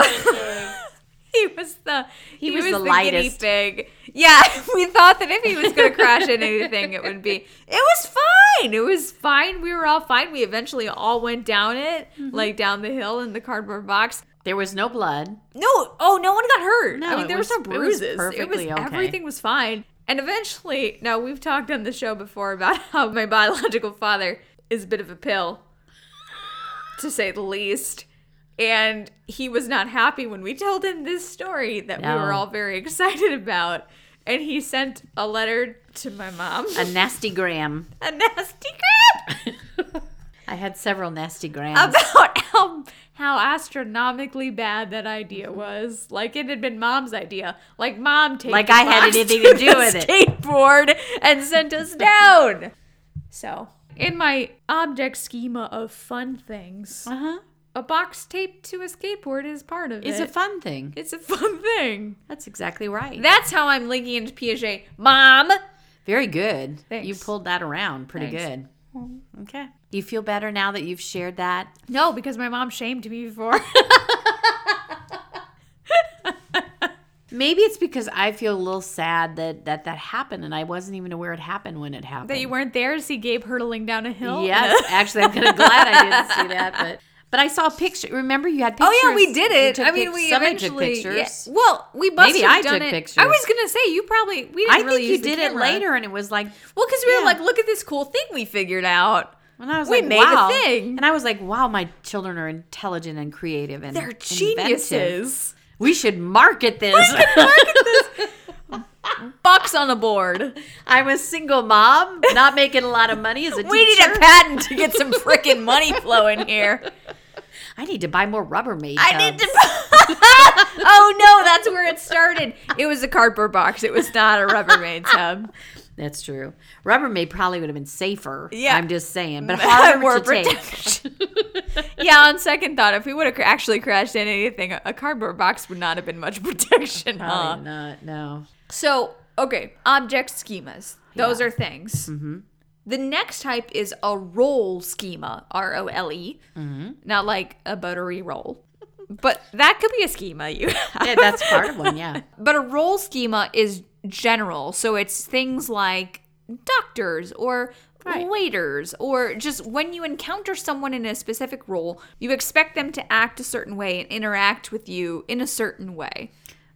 he was the he, was was, the the, lightest. guinea pig. Yeah, we thought that if he was going to crash into anything, it would be. It was fine. It was fine. We were all fine. We eventually all went down it, Mm-hmm. like down the hill in the cardboard box. There was no blood. No, oh, no one got hurt. No, I mean, it there was- were no it was bruises. It was, perfectly okay. everything was fine. And eventually, now we've talked on the show before about how my biological father is a bit of a pill, to say the least. And he was not happy when we told him this story that we were No. all very excited about. And he sent a letter to my mom, A nasty gram. a nasty crap I had several nasty grams. about how how astronomically bad that Mm-hmm. idea was. Like it had been mom's idea. Like mom take Like the I had box anything to do the with it. Skateboard and sent us down. So in my object schema of fun things, uh-huh. a box taped to a skateboard is part of It's it. a fun thing. it's a fun thing. That's exactly right. That's how I'm linking into Piaget. Mom, Very good. You Thanks. pulled that around pretty Thanks. Mm-hmm. good. Okay. Do you feel better now that you've shared that? no, because my mom shamed me before. Maybe it's because I feel a little sad that that, that happened and I wasn't even aware it happened when it happened. that you weren't there to see Gabe hurtling down a hill. Yes, actually I'm kind of glad I didn't see that, but but I saw a picture. Remember you had pictures. Oh yeah, we did You it. took I mean, pic- we somebody eventually. took pictures. yeah. Well, we must Maybe have I done took it. pictures. I was gonna say you probably we didn't I really think use you the did it camera. later and it was like Well, because we Yeah. were like, look at this cool thing we figured out. and I was We like made a wow. thing. And I was like, wow, my children are intelligent and creative and They're geniuses. geniuses. We should market this. Bucks on a board. I'm a single mom, not making a lot of money as a We need teacher. a patent to get some freaking money flowing here. I need to buy more Rubbermaid. I need tubs. to. oh no, that's where it started. It was a cardboard box. It was not a Rubbermaid tub. That's true. Rubbermaid probably would have been safer. Yeah. I'm just saying, but harder More to take. protection. yeah, on second thought, if we would have cr- actually crashed into anything, a cardboard box would not have been much protection. Huh? Probably not. No. So, okay, object schemas. Those are things. The next type is a role schema, R O L E, not like a buttery roll. But that could be a schema you have. Yeah, that's part of one. Yeah. But a role schema is general. So it's things like doctors or Right. waiters or just when you encounter someone in a specific role, you expect them to act a certain way and interact with you in a certain way.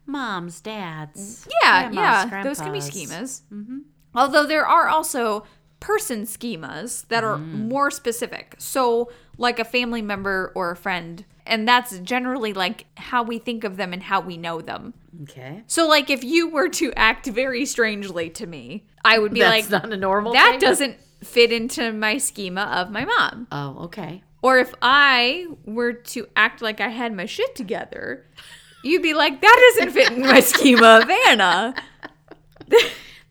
Moms, dads. Yeah, grandmas, yeah. Those can be grandpas. schemas. Mm-hmm. Although there are also person schemas that are Mm. more specific. So, like a family member or a friend. And that's generally like how we think of them and how we know them. Okay. So, like, if you were to act very strangely to me, I would be That's like, not a normal that thing? doesn't fit into my schema of my mom. Oh, okay. Or if I were to act like I had my shit together, you'd be like, that doesn't fit in my schema of Anna.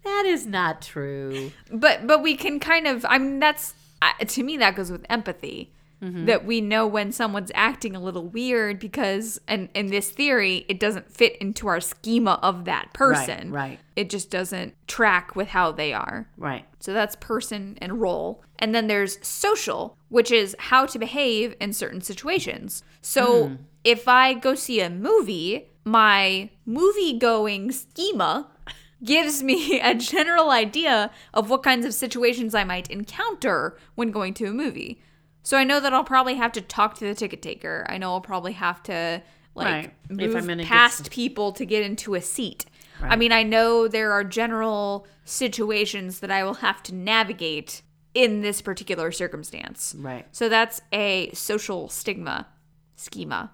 That is not true. But but we can kind of I mean that's I- to me that goes with empathy Mm-hmm. that we know when someone's acting a little weird because and in this theory it doesn't fit into our schema of that person. right. It just doesn't track with how they are. Right. So that's person and role. And then there's social, which is how to behave in certain situations. So Hmm. if I go see a movie, my movie going schema gives me a general idea of what kinds of situations I might encounter when going to a movie. So I know that I'll probably have to talk to the ticket taker. I know I'll probably have to like Right. If I'm move in a good past people to get into a seat. I mean, I know there are general situations that I will have to navigate in this particular circumstance. Right. So that's a social stigma schema.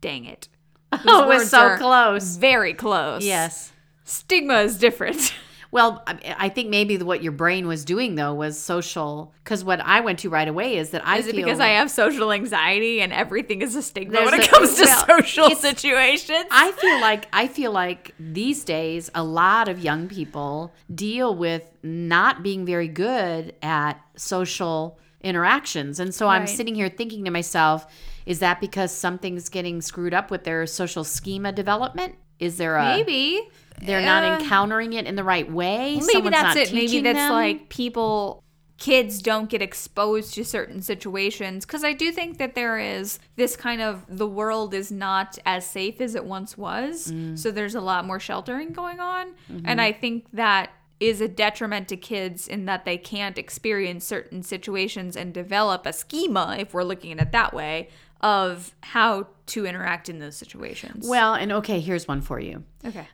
Dang it. Oh, we're words so are- close. Very close. Yes. Stigma is different. Well, I I think maybe what your brain was doing though was social, because what I went to right away is that I Is it feel because I have social anxiety and everything is a stigma There's when it a- comes to well, social it's- situations? I feel like I feel like these days a lot of young people deal with not being very good at social interactions. And so I'm Right. sitting here thinking to myself, is that because something's getting screwed up with their social schema development? Is there a Maybe. they're not encountering it in the right way? Maybe Someone's that's not it. Maybe teaching that's them? like people, kids don't get exposed to certain situations. Because I do think that there is this kind of the world is not as safe as it once was. Mm. So there's a lot more sheltering going on. Mm-hmm. And I think that is a detriment to kids in that they can't experience certain situations and develop a schema, if we're looking at it that way, of how to interact in those situations. well, and okay, here's one for you. okay.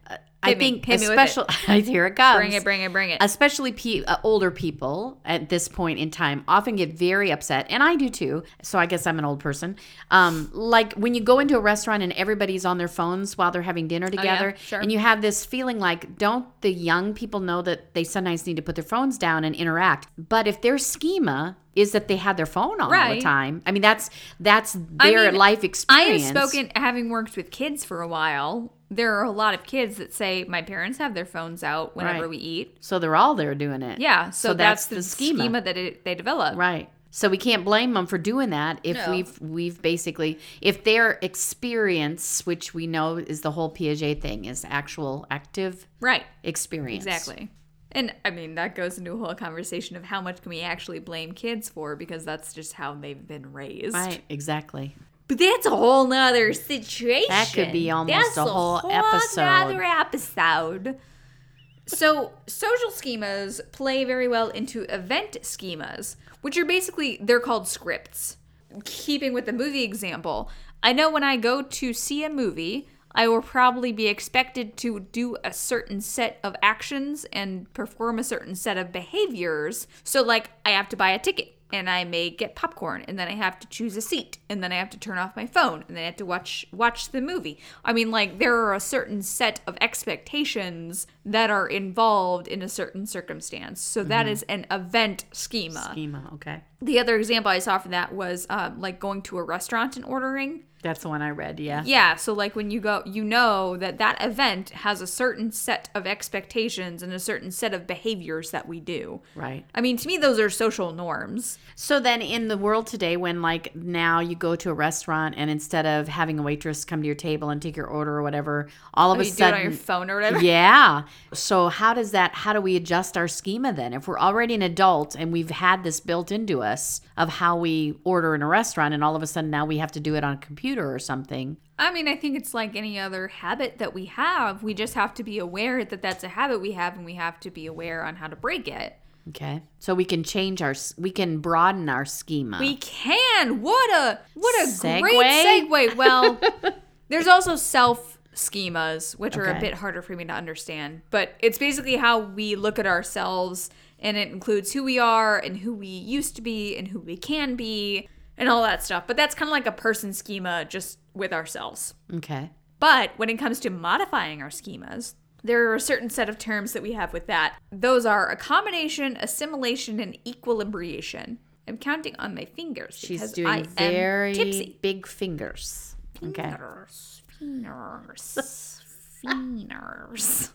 I Hit me. think Hit me with it. especially here it comes. Bring it, bring it, bring it. especially pe- uh, older people at this point in time often get very upset and i do too so i guess i'm an old person um, like when you go into a restaurant and everybody's on their phones while they're having dinner Oh, yeah, together sure. and you have this feeling like don't the young people know that they sometimes need to put their phones down and interact but if their schema is that they had their phone on all Right. the time i mean that's that's their mean, life I have experience spoken, having worked with kids for a while. There are a lot of kids that say my parents have their phones out whenever Right. we eat. so they're all there doing it Yeah, so, that's, the, schema, schema that it, they develop. Right. So we can't blame them for doing that if No. we've we've basically if their experience, which we know is the whole Piaget thing, is actual active Right. experience. Exactly. And I mean that goes into a whole conversation of how much can we actually blame kids for because that's just how they've been raised. Right. Exactly. But that's a whole nother situation. That could be almost That's a whole episode. Another episode. So social schemas play very well into event schemas, which are basically they're called scripts. Keeping with the movie example, I know when I go to see a movie, I will probably be expected to do a certain set of actions and perform a certain set of behaviors. So like I have to buy a ticket and I may get popcorn and then I have to choose a seat and then I have to turn off my phone and then I have to watch watch the movie. I mean like there are a certain set of expectations that are involved in a certain circumstance. So that is an event schema. Schema. Okay. The other example I saw for that was um, like going to a restaurant and ordering. That's the one I read. Yeah. Yeah, so like when you go, you know that that event has a certain set of expectations and a certain set of behaviors that we do. Right. I mean, to me, those are social norms. So then in the world today when like now you go to a restaurant and instead of having a waitress come to your table and take your order or whatever, all of a Oh, you do it sudden on your phone or whatever. yeah. So how does that how do we adjust our schema then? If we're already an adult and we've had this built into us of how we order in a restaurant and all of a sudden now we have to do it on a computer or something. I mean, I think it's like any other habit that we have. We just have to be aware that that's a habit we have and we have to be aware on how to break it. Okay. So we can change our, s- we can broaden our schema. We can. What a what a great Segue? segue. Well, there's also self schemas, which are a Okay. bit harder for me to understand, but it's basically how we look at ourselves, and it includes who we are and who we used to be and who we can be and all that stuff. But that's kind of like a person schema, just with ourselves. okay. But when it comes to modifying our schemas, there are a certain set of terms that we have with that. Those are accommodation, assimilation, and equilibriation. I'm counting on my fingers She's because doing I very am tipsy. big fingers. Okay. Fingers, fingers, fingers.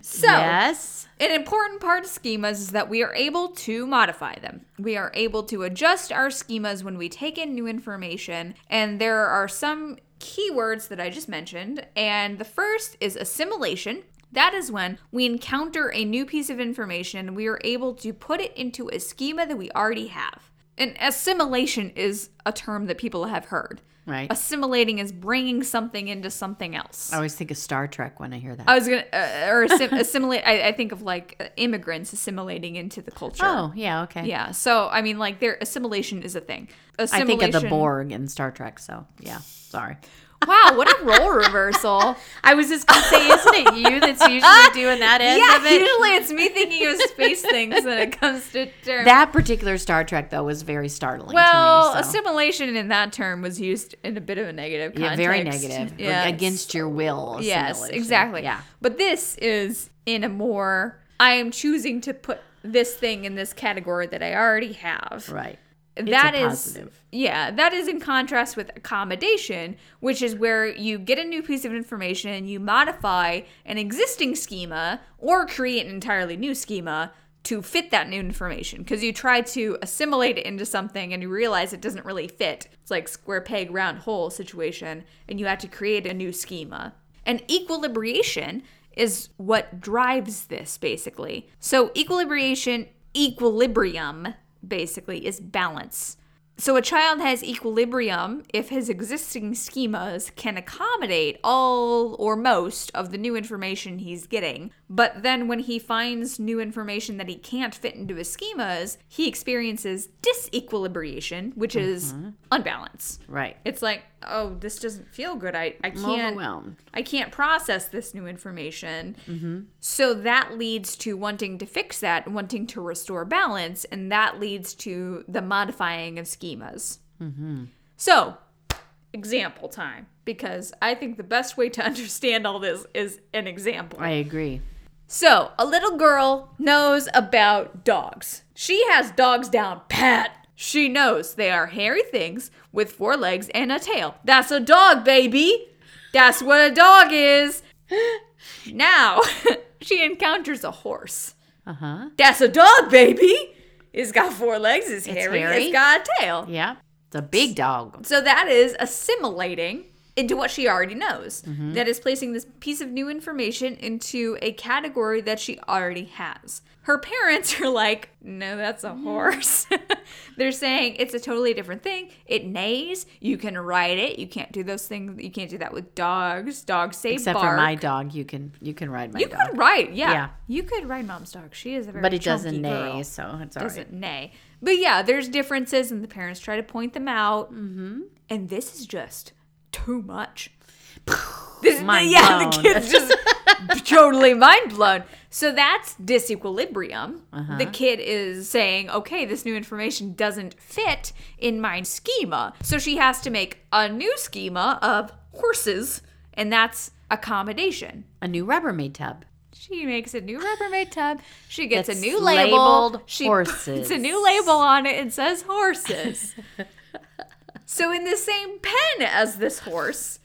So, Yes. an important part of schemas is that we are able to modify them. We are able to adjust our schemas when we take in new information, and there are some keywords that I just mentioned. And the first is assimilation. That is when we encounter a new piece of information and we are able to put it into a schema that we already have. And assimilation is a term that people have heard. Right. Assimilating is bringing something into something else. I always think of Star Trek when I hear that. I was gonna uh, or assim- assimilate. I, I think of like uh, immigrants assimilating into the culture. oh, yeah, okay. yeah. So I mean, like their assimilation is a thing. I Assimilation. think of the Borg in Star Trek, so yeah, sorry. Wow, what a role reversal. I was just gonna say, isn't it you that's usually doing that end yeah, of it? usually it's me thinking of space things when it comes to terms. That particular Star Trek though was very startling well, to me. so- assimilation in that term was used in a bit of a negative yeah, context. very negative. Yes. Against your will. Yes, assimilation. exactly. Yeah. But this is in a more I am choosing to put this thing in this category that I already have. Right. a That is positive. yeah that is in contrast with accommodation which is where you get a new piece of information you modify an existing schema or create an entirely new schema to fit that new information because you try to assimilate it into something and you realize it doesn't really fit it's like square peg round hole situation and you have to create a new schema and equilibration is what drives this basically so equilibration equilibrium basically is balance so a child has equilibrium if his existing schemas can accommodate all or most of the new information he's getting. But then when he finds new information that he can't fit into his schemas, he experiences disequilibriation, which is unbalance. Right. It's like, oh, this doesn't feel good. I, I I'm can't overwhelmed. I can't process this new information. So that leads to wanting to fix that, wanting to restore balance, and that leads to the modifying of schemas. So, example time, because I think the best way to understand all this is an example. I agree. So, a little girl knows about dogs. She has dogs down pat. She knows they are hairy things with four legs and a tail. That's a dog, baby. That's what a dog is. Now, she encounters a horse. Uh huh. That's a dog, baby. It's got four legs, it's hairy, hairy. it's got a tail. Yeah. It's a big dog. So that is assimilating into what she already knows. Mm-hmm. That is placing this piece of new information into a category that she already has. Her parents are like, no, that's a horse. They're saying it's a totally different thing. It neighs. You can ride it. You can't do those things. You can't do that with dogs. Dogs say Except bark. for my dog, you can you can ride my you dog. could ride, yeah. Yeah. You could ride mom's dog. She is a very but it doesn't chunky girl neigh, so it's all right. doesn't nay. But yeah, there's differences, and the parents try to point them out. Mm-hmm. And this is just too much. This, Mind yeah, the blown. kid's just totally mind blown. So that's disequilibrium. Uh-huh. The kid is saying, okay, this new information doesn't fit in my schema. So she has to make a new schema of horses, and that's accommodation. A new Rubbermaid tub. She makes a new Rubbermaid tub. She gets a That's new label. labeled She puts horses. a new label on it and says horses. so in the same pen as this horse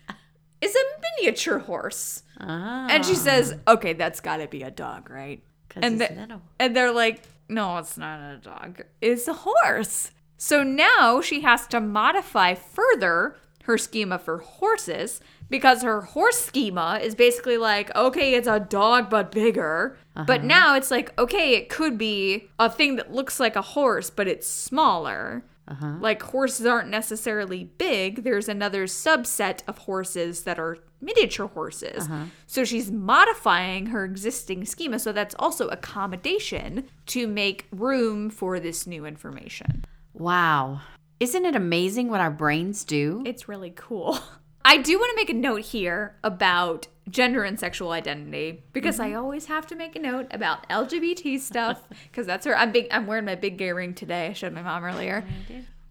is a miniature horse. Ah, And she says, "Okay, that's got to be a dog, right?" and and it's the- little. Oh. And they're like, "No, it's not a dog. It's a horse." So now she has to modify further her schema for horses because her horse schema is basically like, "Okay, it's a dog but bigger." But now it's like, "Okay, it could be a thing that looks like a horse, but it's smaller." Like horses aren't necessarily big. There's another subset of horses that are miniature horses. So she's modifying her existing schema. So that's also accommodation to make room for this new information. Wow. Isn't it amazing what our brains do? It's really cool. I do want to make a note here about gender and sexual identity because I always have to make a note about LGBT stuff because that's where I'm big. I'm wearing my big gay ring today. I showed my mom earlier.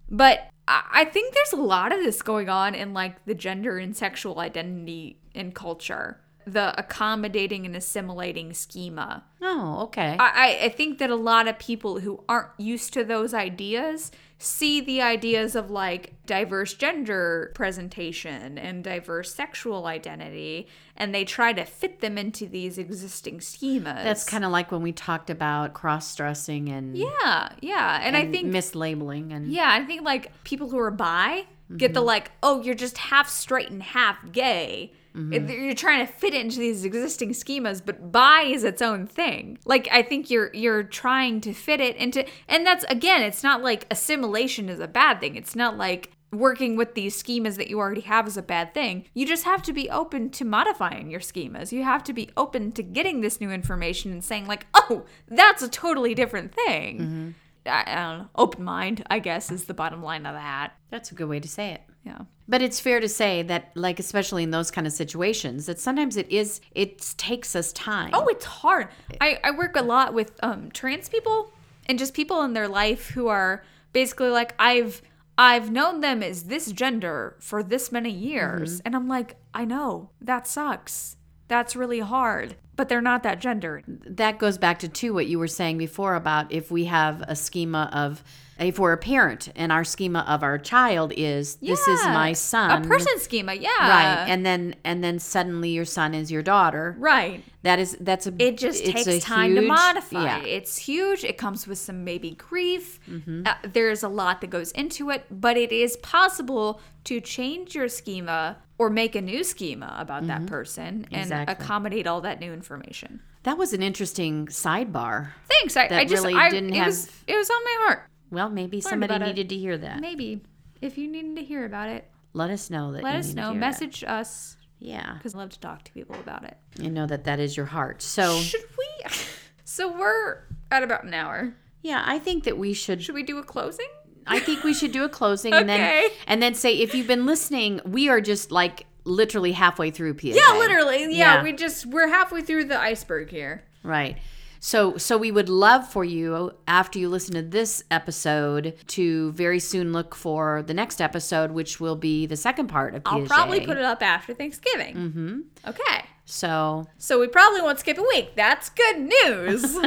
But I I think there's a lot of this going on in like the gender and sexual identity and culture, the accommodating and assimilating schema. oh, okay. I, I- I think that a lot of people who aren't used to those ideas see the ideas of like diverse gender presentation and diverse sexual identity, and they try to fit them into these existing schemas. That's kind of like when we talked about cross dressing and, yeah, yeah, and, I and think mislabeling and yeah, I think like people who are bi get the like, oh, you're just half straight and half gay. You're trying to fit it into these existing schemas, but bi is its own thing. Like I think you're you're trying to fit it into, and that's again, it's not like assimilation is a bad thing. It's not like working with these schemas that you already have is a bad thing. You just have to be open to modifying your schemas. You have to be open to getting this new information and saying like, oh, that's a totally different thing. I, I don't know, open mind, I guess, is the bottom line of that. that's a good way to say it. Yeah. But it's fair to say that like especially in those kind of situations that sometimes it is it takes us time. Oh, it's hard. I, I work a lot with um, trans people and just people in their life who are basically like, I've I've known them as this gender for this many years. And I'm like, I know, that sucks. That's really hard. But they're not that gender. that goes back to too what you were saying before about if we have a schema of if we're a parent and our schema of our child is this is Yeah. my son. A person schema, yeah. Right. And then and then suddenly your son is your daughter. right. That is that's a It just it's a takes time to huge- modify. Yeah. Mm-hmm. It's huge. It comes with some maybe grief. Uh, there's a lot that goes into it, but it is possible to change your schema or make a new schema about that person and Mm-hmm. Exactly. accommodate all that new information. That was an interesting sidebar. Thanks. I, That I just really I, didn't it have- was it was on my heart. Well, maybe somebody about it. needed to hear that. Maybe if you needed to hear about it, Let us know that. let you us need to know. hear that. Message us Yeah, because I love to talk to people about it. I know that that is your heart. So Should we? so we're at about an hour. yeah, I think that we should. Should we do a closing? I think we should do a closing and then Okay. and then say if you've been listening, we are just like literally halfway through PSA. Yeah, literally. Yeah, Yeah. we just we're halfway through the iceberg here. Right. So so we would love for you after you listen to this episode to very soon look for the next episode, which will be the second part of PSA. I'll probably put it up after Thanksgiving. Mm-hmm. Okay. So So we probably won't skip a week. That's good news.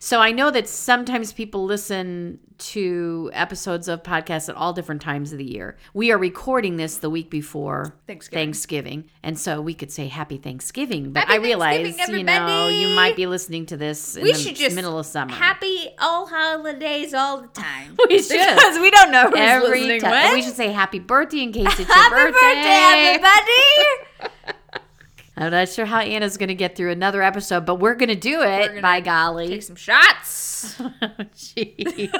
So I know that sometimes people listen to episodes of podcasts at all different times of the year. We are recording this the week before Thanksgiving. Thanksgiving, and so we could say Happy Thanksgiving. But Happy I realize, Thanksgiving, you know, you everybody. might be listening to this in We the should just middle of summer. Happy all holidays all the time. we should because we don't know who's every listening time. when. We should say Happy Birthday in case it's your Happy birthday. birthday, everybody! I'm not sure how Anna's going to get through another episode, but we're going to do it. gonna by golly. Take some shots.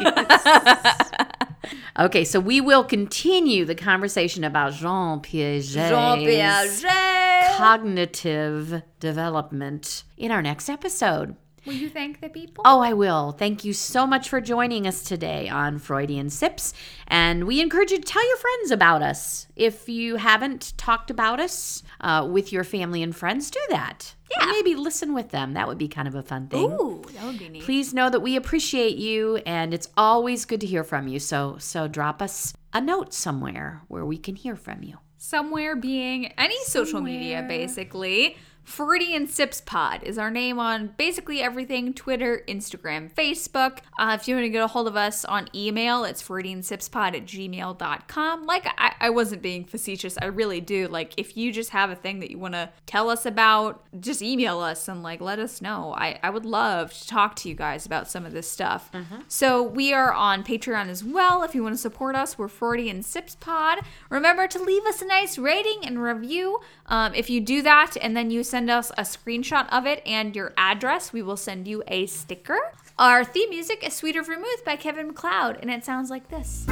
Jeez. okay, so we will continue the conversation about Jean Piaget's Jean Piaget. cognitive development in our next episode. Will you thank the people? Oh, I will. Thank you so much for joining us today on Freudian Sips. And we encourage you to tell your friends about us. If you haven't talked about us uh, with your family and friends, do that. Yeah. maybe listen with them. That would be kind of a fun thing. Ooh, that would be neat. Please know that we appreciate you and it's always good to hear from you. So so drop us a note somewhere where we can hear from you. somewhere being any social media basically freudian sips pod is our name on basically everything twitter instagram facebook uh, if you want to get a hold of us on email it's freudiansipspod at gmail.com like I, I wasn't being facetious i really do like if you just have a thing that you want to tell us about just email us and like let us know i, I would love to talk to you guys about some of this stuff so we are on patreon as well if you want to support us we're freudian sips pod remember to leave us a nice rating and review um, if you do that and then you send us a screenshot of it and your address we will send you a sticker our theme music is sweeter vermouth by kevin mcleod and it sounds like this